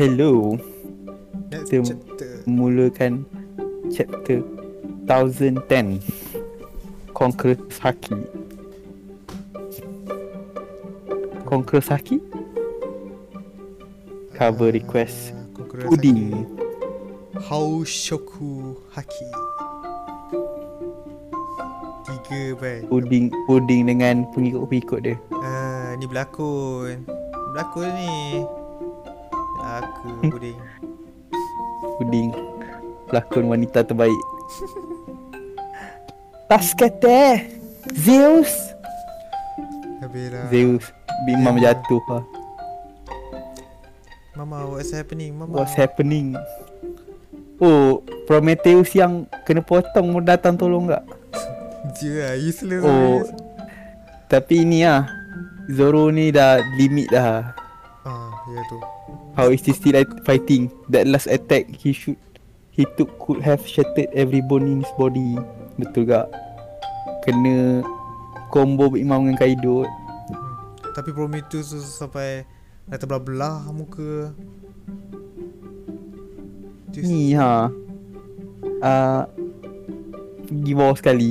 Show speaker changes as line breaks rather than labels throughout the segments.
Hello,
Next
Kita-
chapter.
mulakan chapter 1010 Conqueror's Haki Conqueror's Haki? Cover request
Ah, Kokoro
Pudding
Saki. Haushoku Haki. Tiga ban.
Pudding Pudding dengan pengikut-pengikut dia
Ah, ni berlakon. Berlakon ni. Aku
Hmm.
pudding.
Pudding Pelakon wanita terbaik Taskete Zeus
Habislah.
Zeus Bimam
Zeus.
jatuh lah
Mama, what's happening? Mama.
What's happening? Oh, Prometheus yang kena potong mau datang tolong tak?
Dia lah, useless.
Oh.
habis.
Tapi ini ah, Zoro ni dah limit dah.
Ah, ya tu.
How is he still at- fighting? That last attack he should he took could have shattered every bone in his body. Betul tak? Kena combo Big Mom dengan Kaido.
Tapi Prometheus tu sampai dah terbelah-belah muka. Dia
Ni ha. Ah, pergi bawah sekali.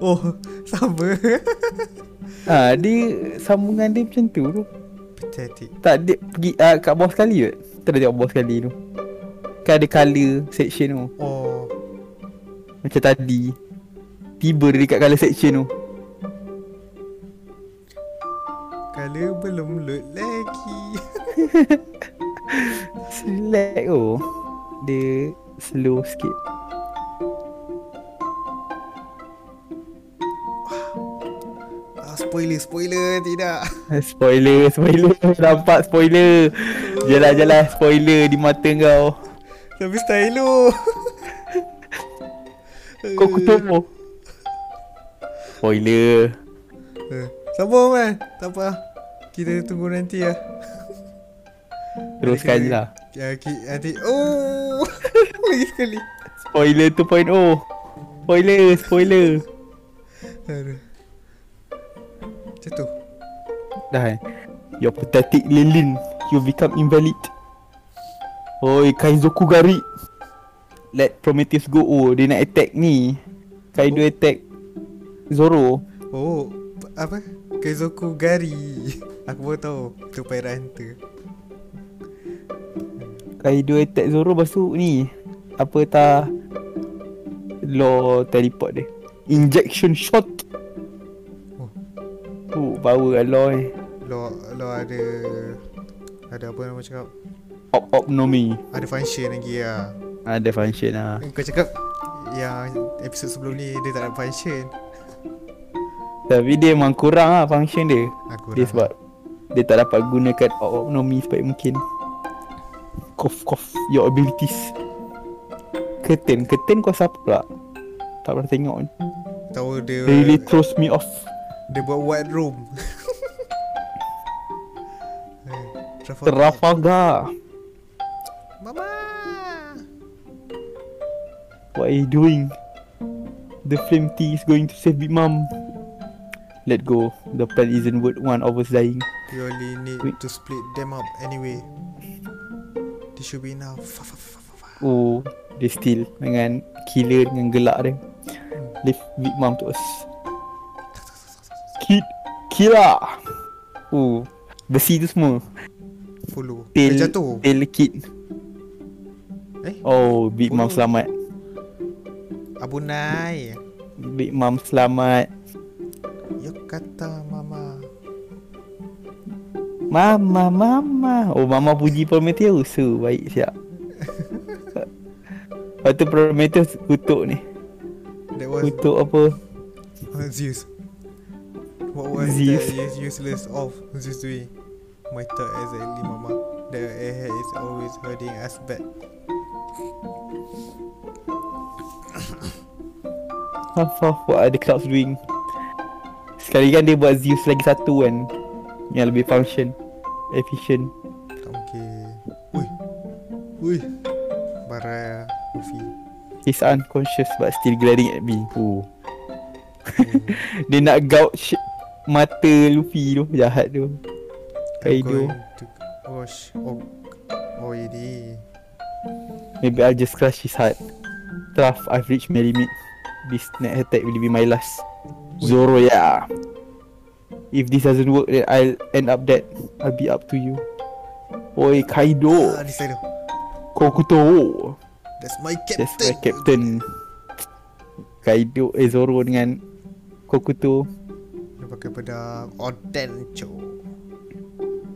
Oh, sama.
Ha, dia sambungan dia macam tu tu.
Pathetic.
Tak dia pergi uh, kat bawah sekali kot Kita dah tengok bawah sekali tu Kan ada colour section tu
Oh,
Macam tadi Tiba dia dekat colour section tu
kala belum load lagi.
Slack tu Dia slow sikit
Ah, spoiler, spoiler tidak.
Spoiler, spoiler Nampak spoiler Jalan-jalan spoiler di mata kau
Tapi stylo.
Kau kutubuh Spoiler
Eh, Sabar man. Tak apa. Kita tunggu nanti lah.
Teruskan je
Nanti-
lah
Ya, ki- nanti. Oh. Lagi sekali.
Spoiler 2.0 Spoiler, spoiler
Aduh. Macam tu.
Dah eh Your pathetic lilin You become invalid Oi Kaizoku Gari Let Prometheus go Oh dia nak attack ni Kaido
Oh.
attack Zoro
Oh, p- apa? Kezoku Gari. Aku baru tahu tu Pirate Hunter.
Kaido attack Zoro Lepas tu ni Apa tah Law teleport dia Injection shot
Oh.
Oh power lah law eh
Lo lo ada ada apa nama cakap?
Op op no me
Ada function lagi lah.
Ada function lah
Kau cakap yang episod sebelum ni dia tak ada function.
Tapi dia memang kurang lah function dia
Aku
Dia
dah-
sebab Dia tak dapat gunakan Autonomy sebaik mungkin Cough cough Your abilities Curtain Curtain kau siapa pula Tak pernah tengok ni
tahu dia
Really throws me off
dia buat white room. Eh, Trafalgar.
Trafalgar
Mama.
What are you doing? The flame tea is going to save Big Mom Let go The plan isn't worth one of us dying
You only need
Wait.
to split them up anyway. This should be enough. Fa, fa, fa, fa, fa.
Oh Dia still Dengan Killer dengan gelak dia Leave Big Mom to us Kid Killer Oh Besi tu semua
Follow.
Tail
Dia jatuh.
Tail kid
Eh?
Oh Big Mom
Follow.
selamat
Abunai.
Big Mom selamat
Yo kata mama.
Mama Mama Oh Mama puji Prometheus So baik siap Lepas tu Prometheus kutuk ni
That was
Kutuk apa
Uh, Zeus. What was
Zeus.
the use- useless of Zeus doing? My thought exactly, Mama. The airhead is always holding us back.
Half of what are the clouds doing Sekali kan dia buat Zeus lagi satu kan Yang lebih function Efficient
Tak mungkin. Ui. Ui. Bara Luffy.
He's unconscious but still glaring at me Oh Dia nak gouge Mata Luffy tu Jahat tu Hey,
I'm
Joe.
going to wash Oh, o- OED.
Maybe I'll just crush his heart. Trust I've reached my limit. This next attack will be my last. Zoro, yeah. If this doesn't work, then I'll end up dead. I'll be up to you. Oi, Kaido,
Ah, this side.
Kokuto,
That's my captain.
that's my captain. Kaido, eh, Zoro dengan Kokuto.
Dia pakai pedang Odencho.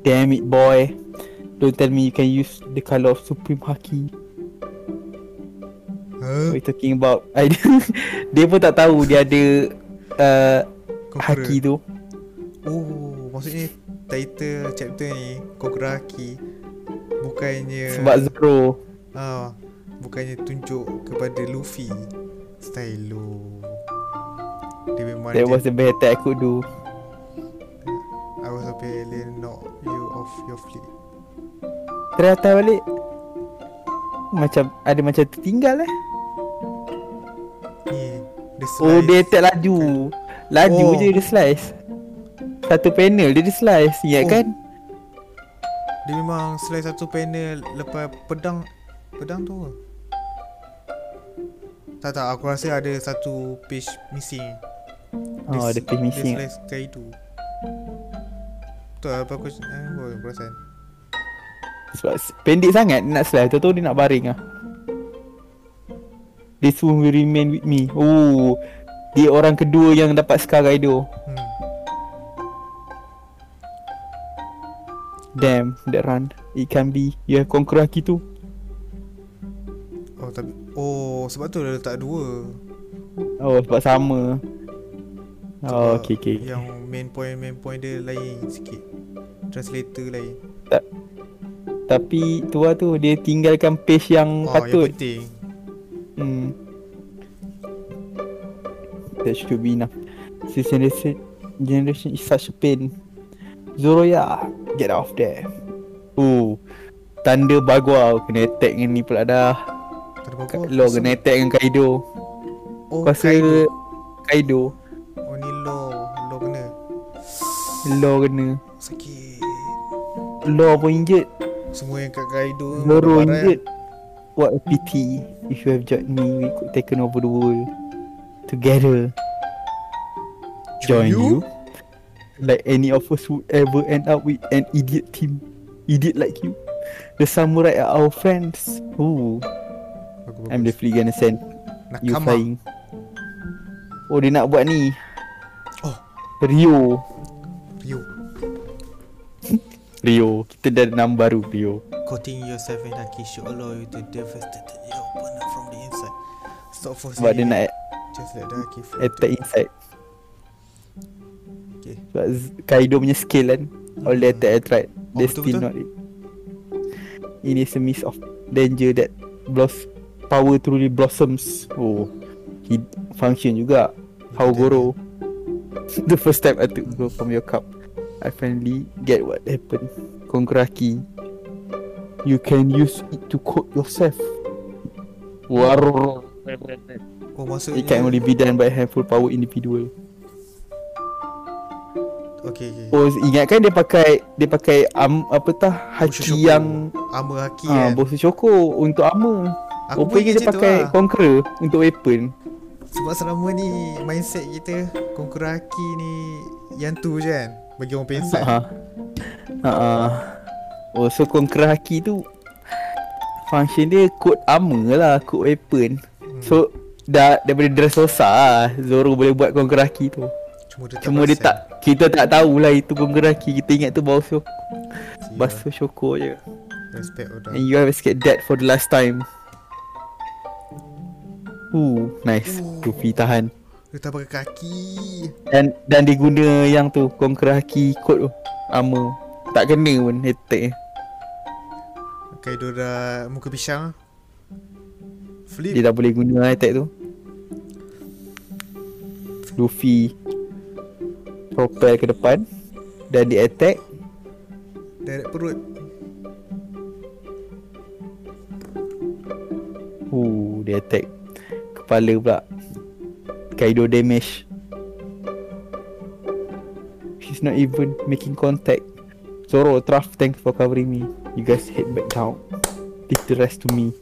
Damn it, boy. Don't tell me you can use the color of Supreme Haki.
Huh?
We're talking about I, Dia pun tak tahu dia ada uh,
Kokura.
Haki tu
Oh, maksudnya title chapter ni Kokuraki bukannya
Sebab Zoro
ah bukannya tunjuk kepada Luffy. Style lo. Dia memang
That
dia-
was the best attack I could do
I was a alien, not you of your fleet.
Ternyata balik Macam Ada macam tertinggal eh
Ni, the
Oh dia
slice.
attack laju Laju
Oh.
je dia slice Satu panel dia dia slice Ingat
Oh.
kan
Dia memang slice satu panel lepas pedang pedang tu. ke? Tak tak aku rasa ada satu page missing.
Oh ada page missing
Dia slice Kaido. Betul apa aku eh, aku perasan.
Sebab s- pendek sangat dia nak slice Tahu-tahu dia nak baring lah This one will remain with me Oh Dia orang kedua yang dapat Scar Kaido
Hmm.
Damn, that run. It can be. You have conquer haki tu.
Oh tapi oh sebab tu dia letak dua.
Oh, sebab sama. Oh,
Sebab
okay, okay.
Yang main point main point dia lain sikit. Translator lain.
Tapi tu lah tu, dia tinggalkan page yang
Oh yang
patut.
penting.
hmm. That should be enough. This generation, generation is such a pain. Zoroya, get out of there. Oh, tanda bagua kena attack dengan ni pula dah.
Tak ada apa-apa.
Oh, Lo kena attack dengan Kaido.
Oh,
Kuasa
Kaido.
Kaido. Kaido.
Oh ni law Law kena
Lo kena.
Sakit
Lo pun injet.
Semua yang kat
Zoro
Kaido barang-barang.
injured. What a pity. If you have joined me, we could taken over the world together. Join you? Like any of us would ever end up with an idiot team. Idiot like you. The samurai are our friends. Ooh,
Aku
I'm definitely gonna send you
Nakama
flying. Oh, dia nak buat ni.
Oh.
Rio.
You
Rio. Kita dah ada nama baru, Rio.
Coating yourself in Haki should allow you to devastate your opponent from the inside Stop forcing
Sebab dia nak
Just let the Haki flow
attack inside.
Okay.
Sebab Z- Kaido punya skill kan All the attack I tried
Oh,
They
betul,
still
betul.
not it It is a miss of danger that Bloss Power truly blossoms Oh He function juga How Goro The first time I took go from your cup I finally get what happened Konkuraki You can use it to coat yourself Waro
Oh maksudnya
It can only be done by a handful power individual
Okay okay
Oh ingatkan dia pakai dia pakai um, apa tah haki
Shoko.
yang
Armor Haki
ah
kan
uh, bosu choco untuk armor.
Aku
Aku
pun
Rupanya dia
macam tu
pakai
lah.
conqueror untuk weapon.
Sebab selama ni mindset kita Konkura Haki ni Yang tu je kan Bagi orang pensat
Ha. Ha. ah. Oh so conqueror haki tu function dia code armor lah, code weapon.
Hmm.
So dah daripada Dressrosa lah, Zoro boleh buat conqueror haki tu.
Cuma dia tak
Cuma dia
perasan.
tak kita tak tahulah itu conqueror haki. Kita ingat tu bosu
Ya. Yeah,
bosu choco je.
Respect orang
And you have escaped death for the last time. Ooh, nice. Luffy tahan.
Dia tak pakai kaki
Dan dan dia guna yang tu, Conqueror Haki code tu. Armor. Tak kena pun attack dia.
Kaido dah muka pisang
Dia
Flip
dah boleh guna attack tu. Luffy propel ke depan dan dia attack.
Direct perut
Ooh, dia attack. Kepala pula. Kaido damage. She's not even making contact. Zoro, Traf, thanks for covering me. You guys head back down. Leave the rest to me.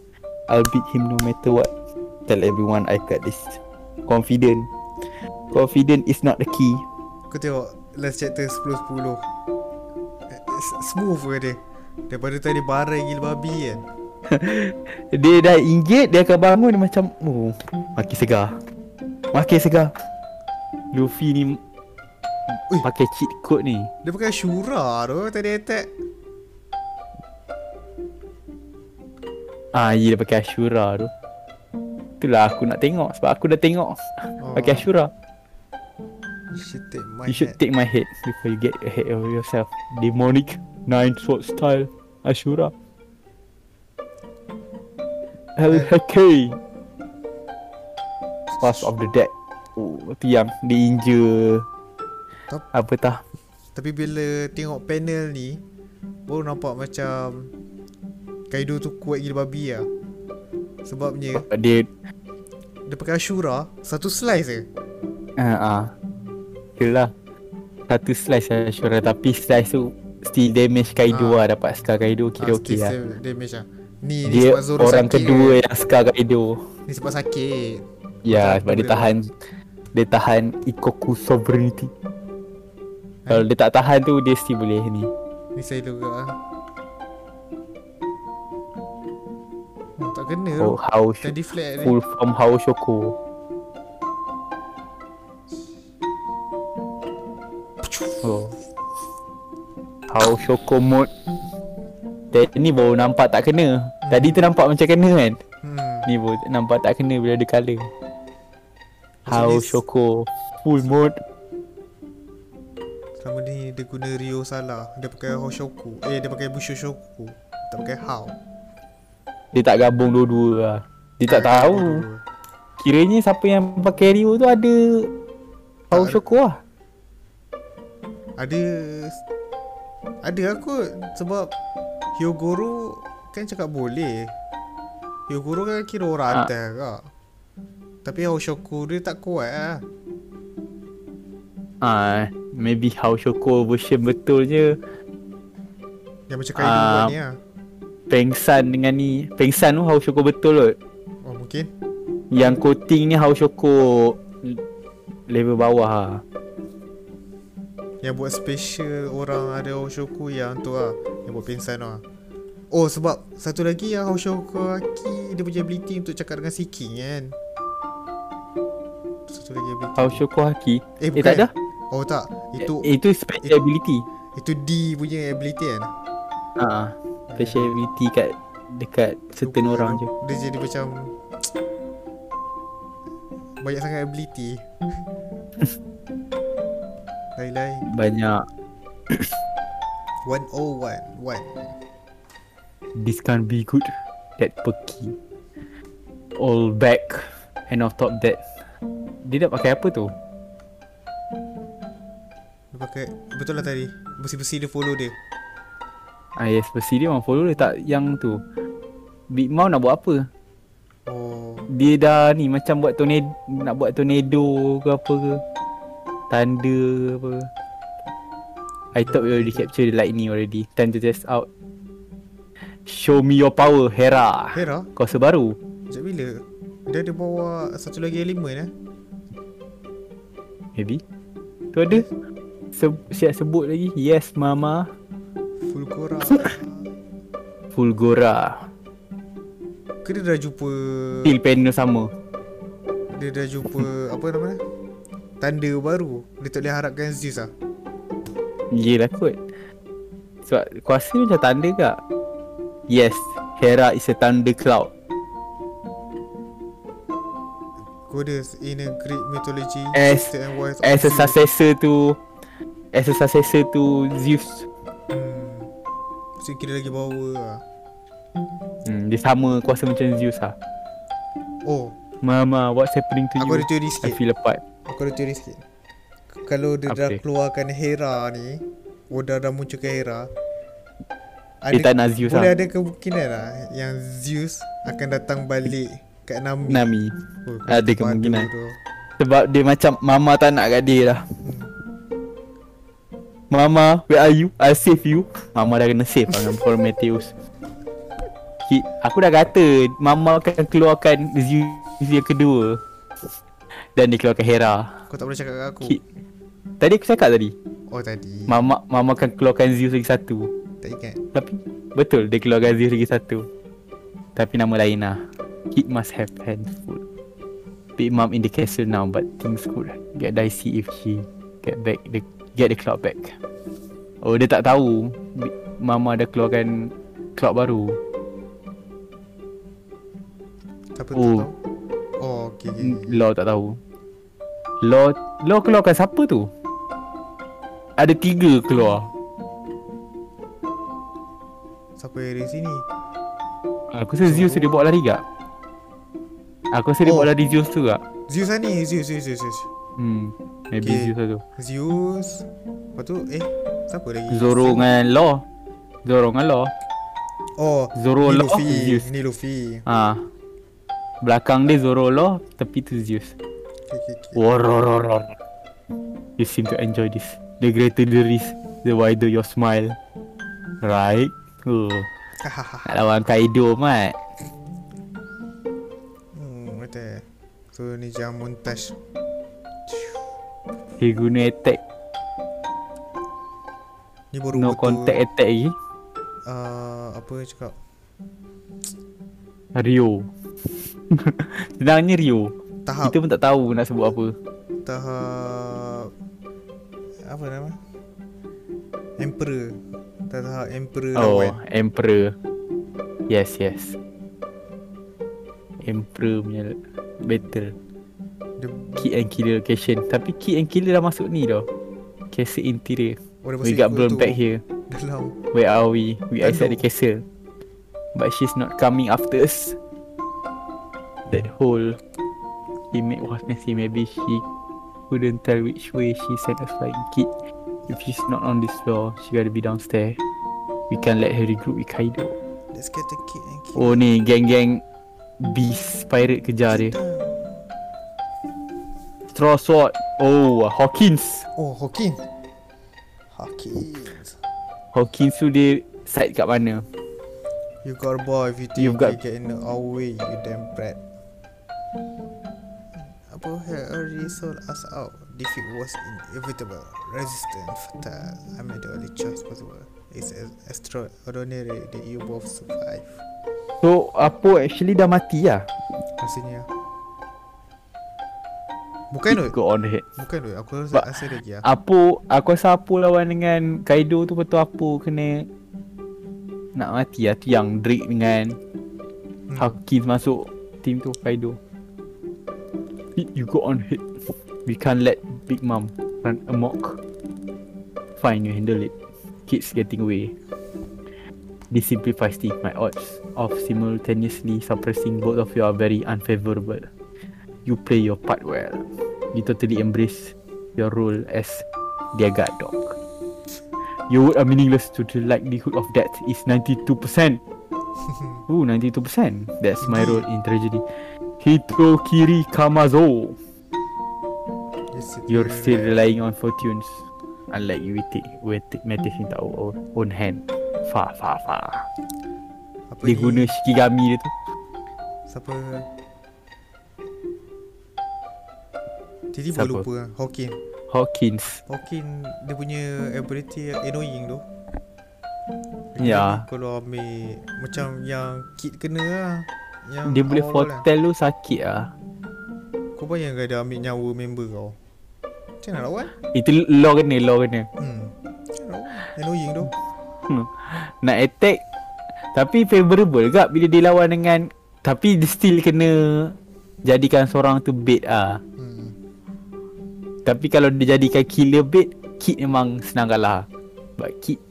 I'll beat him no matter what. Tell everyone I got this. Confident. Confident is not the key.
Kau tengok last chapter 10-10 Eh, s- Smooth ke dia Daripada tadi barang gila babi kan
Dia dah inggit, dia akan bangun dia macam, oh, makin segar. Makin segar. Luffy ni
Ui.
pakai cheat code ni.
Dia pakai Shura tu tadi attack
Ah, ya dia pakai Ashura tu. Itulah aku nak tengok sebab aku dah tengok
Oh.
pakai Ashura.
You should take my
You should
hat.
take my head before you get ahead of yourself. Demonic nine sword style Ashura. El Haki. Pass of the dead. Oh, tu yang dia injure.
Top.
Apa tah?
Tapi bila tengok panel ni Baru nampak macam Kaido tu kuat gila babi lah Sebabnya
Dia
Dia pakai Ashura Satu slice je
ah ah. Itulah. Satu slice Ashura tapi slice tu still damage Kaido
Ah.
lah dapat scar Kaido kira
Ah,
okey
still
lah.
save damage lah Ni, ni
Dia
sebab Zoro
orang
sakit
kedua
kan?
yang scar Kaido.
Ni sebab sakit
Ya
Macam
sebab dia
benda-
tahan Dia tahan Ikoku sovereignty Kalau dia tak tahan tu Dia still boleh ni
Ni saya juga lah hmm, Tak kena
Oh
oh.
how
Tadi flat ni
Full from how Shoko Oh How Shoko mode Tadi ni baru nampak tak kena Tadi tu nampak macam kena kan
hmm.
Ni baru nampak tak kena bila dia colour How
ni-
Shoko Full mode
Selama ni dia guna Rio salah Dia pakai Hoshoku Eh dia pakai Busho Shoku Tak pakai How
Dia tak gabung dua-dua lah Dia tak tahu Kiranya siapa yang pakai Rio tu ada Pau
ada.
Shoko lah
Ada Ada aku Sebab Hyogoro Kan cakap boleh Hyogoro kan kira orang
Ah.
atas kak Tapi Hoshoku dia tak kuat lah
Ah, Maybe Hao Shoko version betulnya
Yang macam Kaido
Ah.
buat ni lah
Pengsan dengan ni Pengsan tu Hao Shoko betul kot
Oh mungkin
Yang coating ni Hao Shoko Level bawah lah
Yang buat special orang ada Hoshoku yang tu lah Yang buat pingsan tu lah Oh sebab satu lagi yang Hoshoku Aki dia punya ability untuk cakap dengan Seeking kan Satu lagi ability
Hao Shoko Haki
Eh,
Eh tak ada
bukan. Oh tak Itu
Eh, Itu special ability
itu D punya ability kan
Ah, Special ability kat Dekat certain
Lupa
orang
tu.
je
Dia jadi macam Banyak sangat ability Lain-lain
Banyak
101 1
This can't be good. That perky. All back. And on top that. Dia nak pakai apa tu?
Dia pakai Betul lah tadi Besi-besi dia follow dia
Ah yes, besi dia orang follow dia tak yang tu. Big Mom nak buat apa?
Oh
Dia dah ni macam buat tornado nak buat tornado ke apa ke. Tanda ke apa. ke. I thought we already capture the lightning already. Time to test out. Show me your power, Hera.
Hera
Kau sebaru.
Sejak bila? Dia ada bawa satu lagi elemen eh?
Maybe. Tu ada. Se- siap sebut lagi. Yes, mama.
Fulgora
Fulgora
Ke dia dah jumpa
Still panel sama
Dia dah jumpa apa nama dia? Tanda baru Dia tak boleh harapkan Zeus lah
Yelah kot Sebab kuasa ni macam tanda kak Yes Hera is a thunder cloud
Goddess in a Greek mythology
As-
sister and wife of
As a
Zeus.
successor to As a successor to Zeus
hmm. So kira lagi bawa lah
hmm, Dia sama kuasa macam Zeus lah
Oh
Mama what's happening to you
Aku ada teori
I
sikit
feel apart
Aku ada teori sikit Kalau dia dah
Apa dia?
keluarkan Hera ni Oda dah munculkan Hera
Dia tak nak Zeus
Boleh
lah
ada kemungkinan lah Yang Zeus akan datang balik Kat Nami
Nami
Oh,
Ada
padu
kemungkinan.
tu.
Sebab dia macam Mama tak nak kat dia lah Mama, where are you? I'll save you. Mama dah kena save lah dengan Prometheus. Ki- Aku dah kata Mama akan keluarkan Zeus yang kedua Dan dia keluarkan Hera
Kau tak boleh cakap kat aku
Ki- Tadi aku cakap tadi
Oh tadi
Mama Mama akan keluarkan Zeus lagi satu
Tak ingat
Tapi Betul dia keluarkan Zeus lagi satu Tapi nama lain lah It must have handful Big Mom in the castle now But things could get dicey if she Get back the, Get the cloud back Oh dia tak tahu Big- Mama dah keluarkan Cloud baru
Siapa
Oh. Mm.
tu Oh okay, okay,
N-
okay.
Law tak tahu Law Law keluarkan siapa tu? Ada tiga keluar
Siapa yang dari sini
Aku rasa Zeus dia bawa lari gak? Aku rasa dia
Oh.
bawa lari Zeus tu gak?
Zeus lah ni Zeus Zeus Zeus Zeus
Hmm Maybe
Okay.
Zeus lah tu
Zeus Lepas tu eh Siapa lagi
Zoro dengan Law Zoro dengan Law
Oh
Zoro
ni
Law
Luffy
Zeus
Ni Luffy
ha. Belakang dia Zoro Law Tepi tu Zeus
okay, okay, okay.
Warororor You seem to enjoy this The greater the risk The wider your smile Right Oh Nak lawan Kaido mat
hmm, Betul So ni jam montage
Dia guna attack
Ni baru
No
betul
contact attack lagi
uh, Apa cakap
Rio Senangnya Rio
Tahap
Kita pun tak tahu nak sebut apa
tahap apa nama emperor tahap emperor
Oh
lawan
Emperor Yes yes Emperor punya battle
dia
Key and killer location Tapi key and killer dah masuk ni tau Castle interior
orang
We got blown back here
dalam
Where are we? We are inside the
Hello.
castle But she's not coming after us That whole He made was messy Maybe she Couldn't tell which way she sent us flying kid If she's not on this floor She gotta be downstairs We can't let her regroup with Kaido
let's get the kid and kill
Oh ni geng-geng Beast Pirate kejar dia Straw Sword Oh Hawkins
oh Hawkins Hawkins
Hawkins tu dia Side kat mana
you got a boy if you think
You've
you
got-
got... get in our way you damn brat Abu had already sold us out defeat was inevitable resistance fatal I made the only choice possible it's extraordinary that you both survive
So Apo actually dah mati lah
Rasanya
It
Bukan Dut
Go on ahead
Bukan Dut Aku rasa
Ba-
rasa lagi lah
Apo Aku rasa Apo lawan dengan Kaido tu Betul Apo kena Nak mati lah tu yang Drake dengan
Hmm.
hmm. Hawkins masuk Team tu Kaido Hit you go on hit We can't let Big Mom Run amok Fine you handle it Kids getting away This simplifies things My odds of simultaneously suppressing both of you are very unfavorable You play your part well You totally embrace your role as their guard dog. Your words are meaningless to the likelihood of death is 92%. Ooh, 92%. That's my role in tragedy. Hitokiri Kamazo.
It's-
You're still relying on fortunes. Unlike you, we take, we take matters into our own- own hand. Far, far, far.
Apa
Dia
ni?
guna Shikigami dia tu.
Siapa Titi boleh
Siapa?
lupa lah Hawking
Hawkins.
Hawking Dia punya ability yang annoying tu Lagi
Ya.
ni Kalau ambil Macam yang Kid kena lah yang
Dia boleh
awal-awal kan.
foretell tu sakit ah.
Kau bayangkan dia ambil nyawa member kau Macam mana nak lawan
Itu law kena, law kena. Hmm.
Hmm Macam mana nak lawan Annoying tu
Nak attack Tapi favorable juga Bila dia lawan dengan Tapi dia still kena Jadikan seorang tu bait ah.
Hmm
Tapi kalau dia jadikan killer bait Kid memang senang kalah But Kid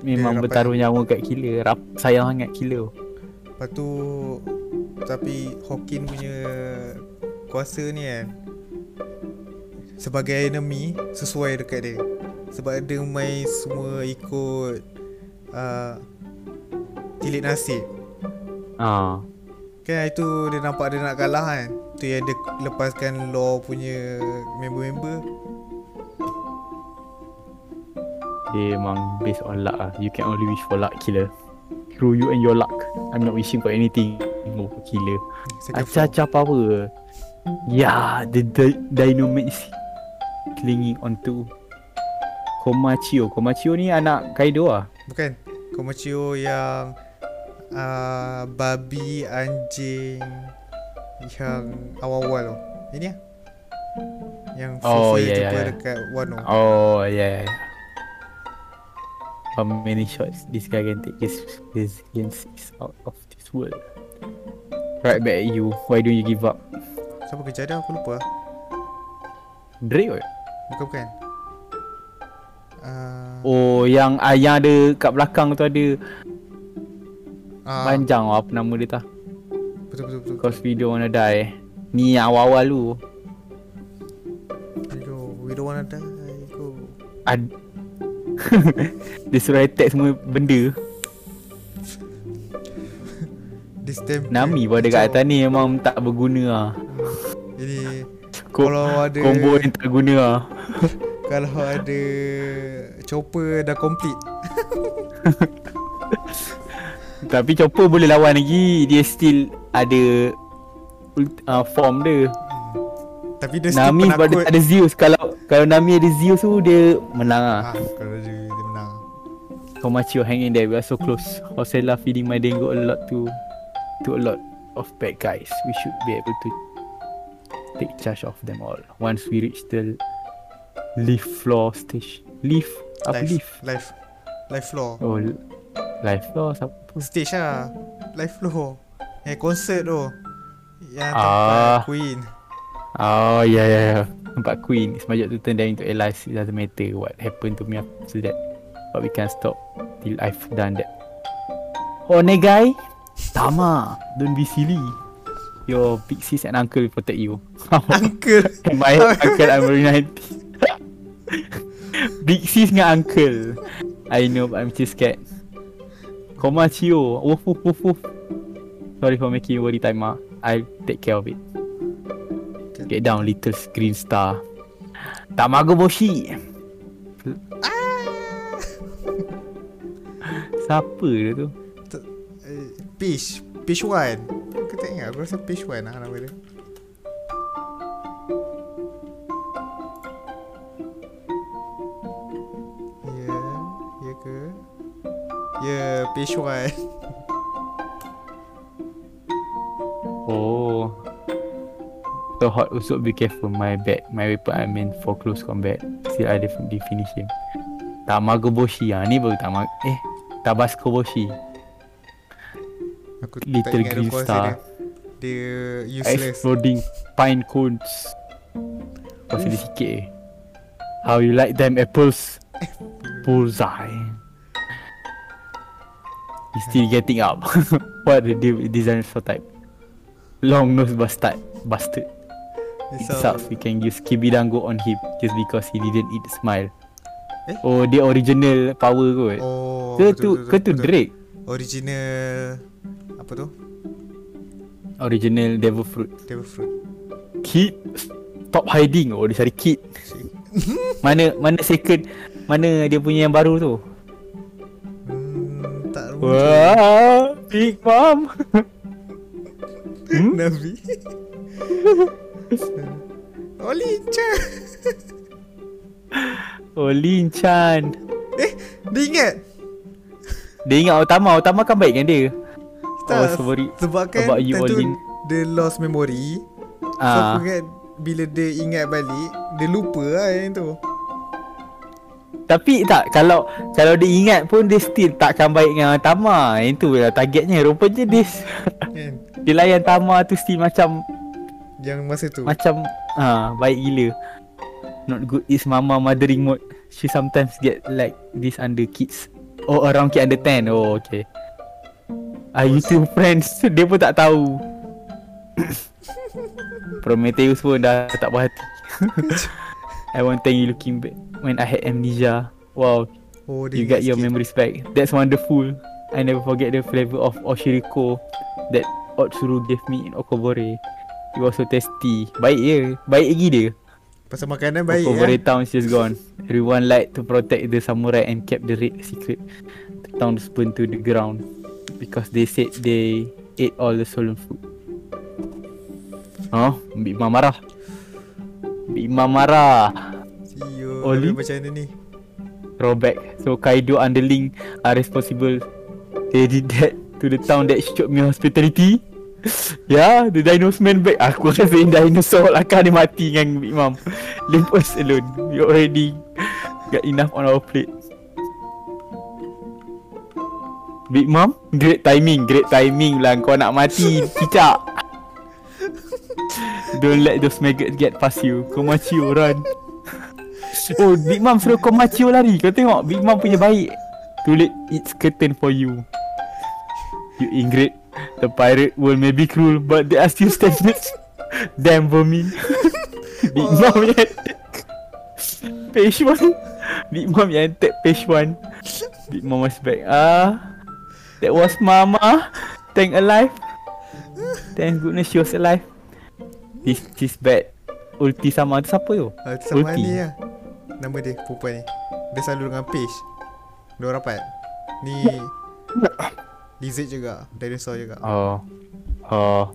Memang
rapat.
bertaruh nyawa kat killer Rap, Sayang sangat killer
Lepas tu Tapi Hawking punya Kuasa ni kan Sebagai enemy Sesuai dekat dia Sebab dia main semua ikut uh, Tilik nasib
ah.
Kan itu dia nampak dia nak kalah kan Tu yang dia lepaskan law punya member-member
Dia memang based on luck lah. You can only wish for luck killer. Through you and your luck. I'm not wishing for anything. Oh, killer.
Second floor.
Acha-acha power. Yeah, the, the dynamite is clinging onto Komachio. Komachio ni anak Kaido lah.
Bukan. Komochio yang uh, babi anjing yang awal-awal tu. Ini lah. Yang
Oh, ya,
Fufu
ya,
jumpa
ya.
dekat Wano.
Oh yeah. How many shots this guy can take? This this game is out of this world. Right back at you. Why don't you give up?
Siapa kerja dia aku lupa.
Drake kot.
Bukan bukan. Uh,
Oh yang ah, yang ada kat belakang tu ada
ah,
panjang ah, apa nama dia tah?
betul betul betul.
Cause we don't wanna die. eh. Ni yang awal-awal tu.
Aduh, we don't wanna die. Go.
Ad Dia suruh attack semua benda
This temple.
Nami pun ada kat atas ni memang tak berguna lah
Ini
Ko-
Kalau ada-
Combo yang tak guna lah
kalau ada chopper dah complete.
Tapi Chopper boleh lawan lagi Dia still ada ult- uh, Form dia
Tapi dia still
Nami sebab dia
penakut.
tak ada Zeus Kalau kalau Nami ada Zeus tu dia menang lah
Ah, kalau dia, dia menang.
How much you hang in there We are so close Osella feeding my dengo a lot to To a lot of bad guys We should be able to Take charge of them all Once we reach the Leaf floor station Leaf Apa
Life,
leaf?
life, life floor.
Oh l- Life floor siapa
Stage lah Live flow Eh concert tu Yang
Ah.
tempat Queen
Oh yeah yeah yeah Nampak Queen It's my job to turn them into allies It doesn't matter what happened to me after that But we can't stop Till I've done that Oh Negai Tama Don't be silly Your big sis and uncle will protect you
Uncle
And my uncle I'm very 90 Big sis dengan uncle I know but I'm still scared Komachio Woof woof woof woof Sorry for making you worry time ah. I'll take care of it Get down little green star Tamago Boshi
Ah.
Siapa dia tu?
Eh, Peach Peach One Aku tak ingat Aku rasa Peach One lah nama dia Ya Ya ke Ya Peach One
Oh So hot usuk be careful my bad My weapon I meant for close combat Still I definitely finish him Tamagoboshi ah ni baru Tamag Eh Tabasco Boshi
Aku tak
Little
ingat
green
aku rasa
star.
dia Dia useless
Exploding pine cones Kau sedih sikit eh How you like them apples Bullseye He's still getting up What the de- design for type Long nose bastard Bastard It
Dia
sucks we can use Kibidango on him Just because he didn't eat smile
Eh?
Oh dia original power kot
Oh
Ke tu
betul,
ke
betul,
tu
betul.
Drake
Original Apa tu?
Original devil fruit
Devil fruit
Kid Stop hiding Oh dia cari kid Mana mana second Mana dia punya yang baru tu
Hmm, tak rugi
Wah Big Mom hmm?
Nabi Oli Chan
Oh Lin Chan
Eh, Dia ingat
Dia ingat Otama Otama kan baik kan dia
tak,
Oh, sorry.
Sebab kan
About you,
time tu
Olin.
Dia lost memory So
Ah.
aku ingat Bila dia ingat balik Dia lupa lah yang tu
Tapi tak Kalau Kalau dia ingat pun Dia still takkan baik dengan Tama Itu lah targetnya Rupanya dia
kan?
Dia layan Tama tu still macam
Yang masa tu
Macam ha, Baik gila Not good is mama mothering mode She sometimes get like This under kids Oh around kid under 10 Oh okay Are you two friends? Dia pun tak tahu Prometheus pun dah tak puas hati I want thank you looking back When I had amnesia Wow
Oh dia
You
ingat
got your
sikit.
memories back. That's wonderful. I never forget the flavor of Oshiriko that Otsuru gave me in Okobore. It was so tasty. Baik je. Baik lagi dia.
Pasal makanan baik
Baik,
ya.
Over the town she's gone. Everyone like to protect the samurai and kept the red secret. The town spurned to the ground because they said they ate all the stolen food. Oh, Big Imam marah. Big Imam marah.
Yo,
Oli?
Oli? macam mana ni?
Throwback. So Kaido underling are responsible. They did that to the town that showed me hospitality. yeah, the dinosaur man back. Aku rasa dinosaur lah kan dia mati dengan Big Mom. Leave us alone. We already got enough on our plate. Big Mom, great timing, great timing lah kau nak mati, cicak. Don't let those maggots get past you. Kau maci run. Oh Big Mom suruh kau macio lari Kau tengok Big Mom punya baik Tulis It's curtain for you You ingrate The pirate world may be cruel But there are still standards Damn for me Big Mom yang attack Page 1 Big Mom yang attack page 1 Big Mom was back Ah That was Mama Thank alive Thank goodness she was alive This this bad Ulti sama tu siapa tu?
Ah, tu sama
Ulti.
ni lah. Nama dia perempuan ni. Dia selalu dengan Paige. Dua rapat. Ni lizard juga, dinosaur juga.
Oh Oh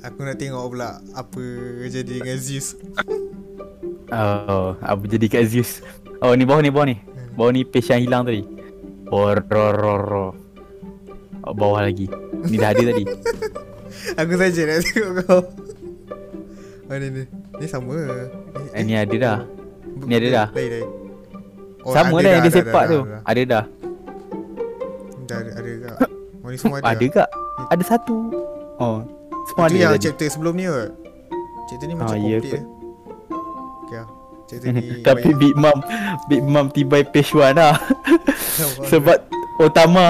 Aku nak tengok pula apa jadi dengan Zeus.
Oh, apa jadi kat Zeus? Oh, ni bawah ni, bawah ni. Bawah ni page yang hilang tadi. Hororororo. Oh, bawah lagi. Ni dah ada tadi.
Aku saja nak tengok kau. Oh ni ni. Ni sama.
Eh, ni ada dah. Ni ada dah.
Lain lain. Oh,
Sama
ada
dah yang dia
dah,
sepak
dah,
tu.
dah,
Ada dah.
Dah ada ada juga. Oh ni semua ada.
Ada
juga.
kak? Ada satu. Oh. Semua
Itu
ada
yang
tadi.
chapter sebelum ni kot. Chapter ni macam
Ah, ya,
complete
kot.
eh. Okay lah. Chapter ni
Tapi
banyak-
Big Mom, Big Mom tiba page 1 lah. Sebab Otama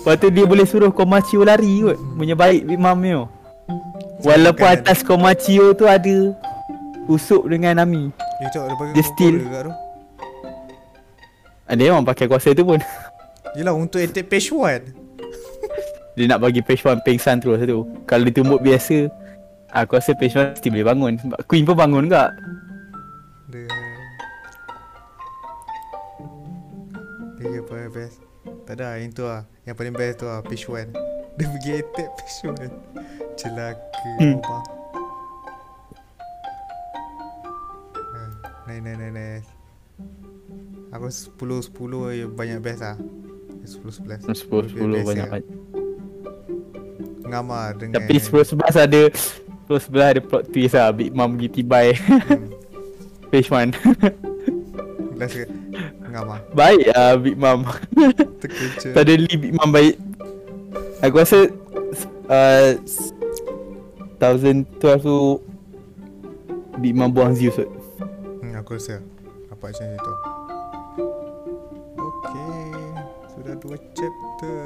Lepas tu dia boleh suruh Komachio lari kot Punya baik Big Mom ni tau. Walaupun
Bukan.
atas Komachio tu ada Usuk dengan Nami
Dia cakap dia pakai
Dia
kuku
steal.
juga tu.
Ah, Dia memang pakai kuasa tu pun
Yelah untuk attack page 1.
Dia nak bagi page 1 pingsan terus tu Kalau ditumbuk biasa Aku rasa page 1 mesti boleh bangun Sebab Queen pun bangun juga
Dia Dia paling best. Tak ada yang tu lah. Yang paling best tu lah page 1. Dia pergi attack page 1. Celaka hmm.
Hmm.
orang. Ah, Nice nice nice nice. Aku 10 10 yang banyak best lah. 10
10
11.
10 banyak banget
Ngamar dengan
Tapi 10 11 ada 10 11 ada plot twist lah Big Mom pergi tibai Page 1
Last ke Ngamar
Baik lah Big Mom
Terkejar
Suddenly Big Mom baik Aku rasa uh, 1012 tu Big Mom buang Zeus kot
Hmm, aku rasa Apa macam itu Okay Sudah dua chapter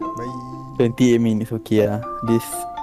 Bye
28 minutes okay lah This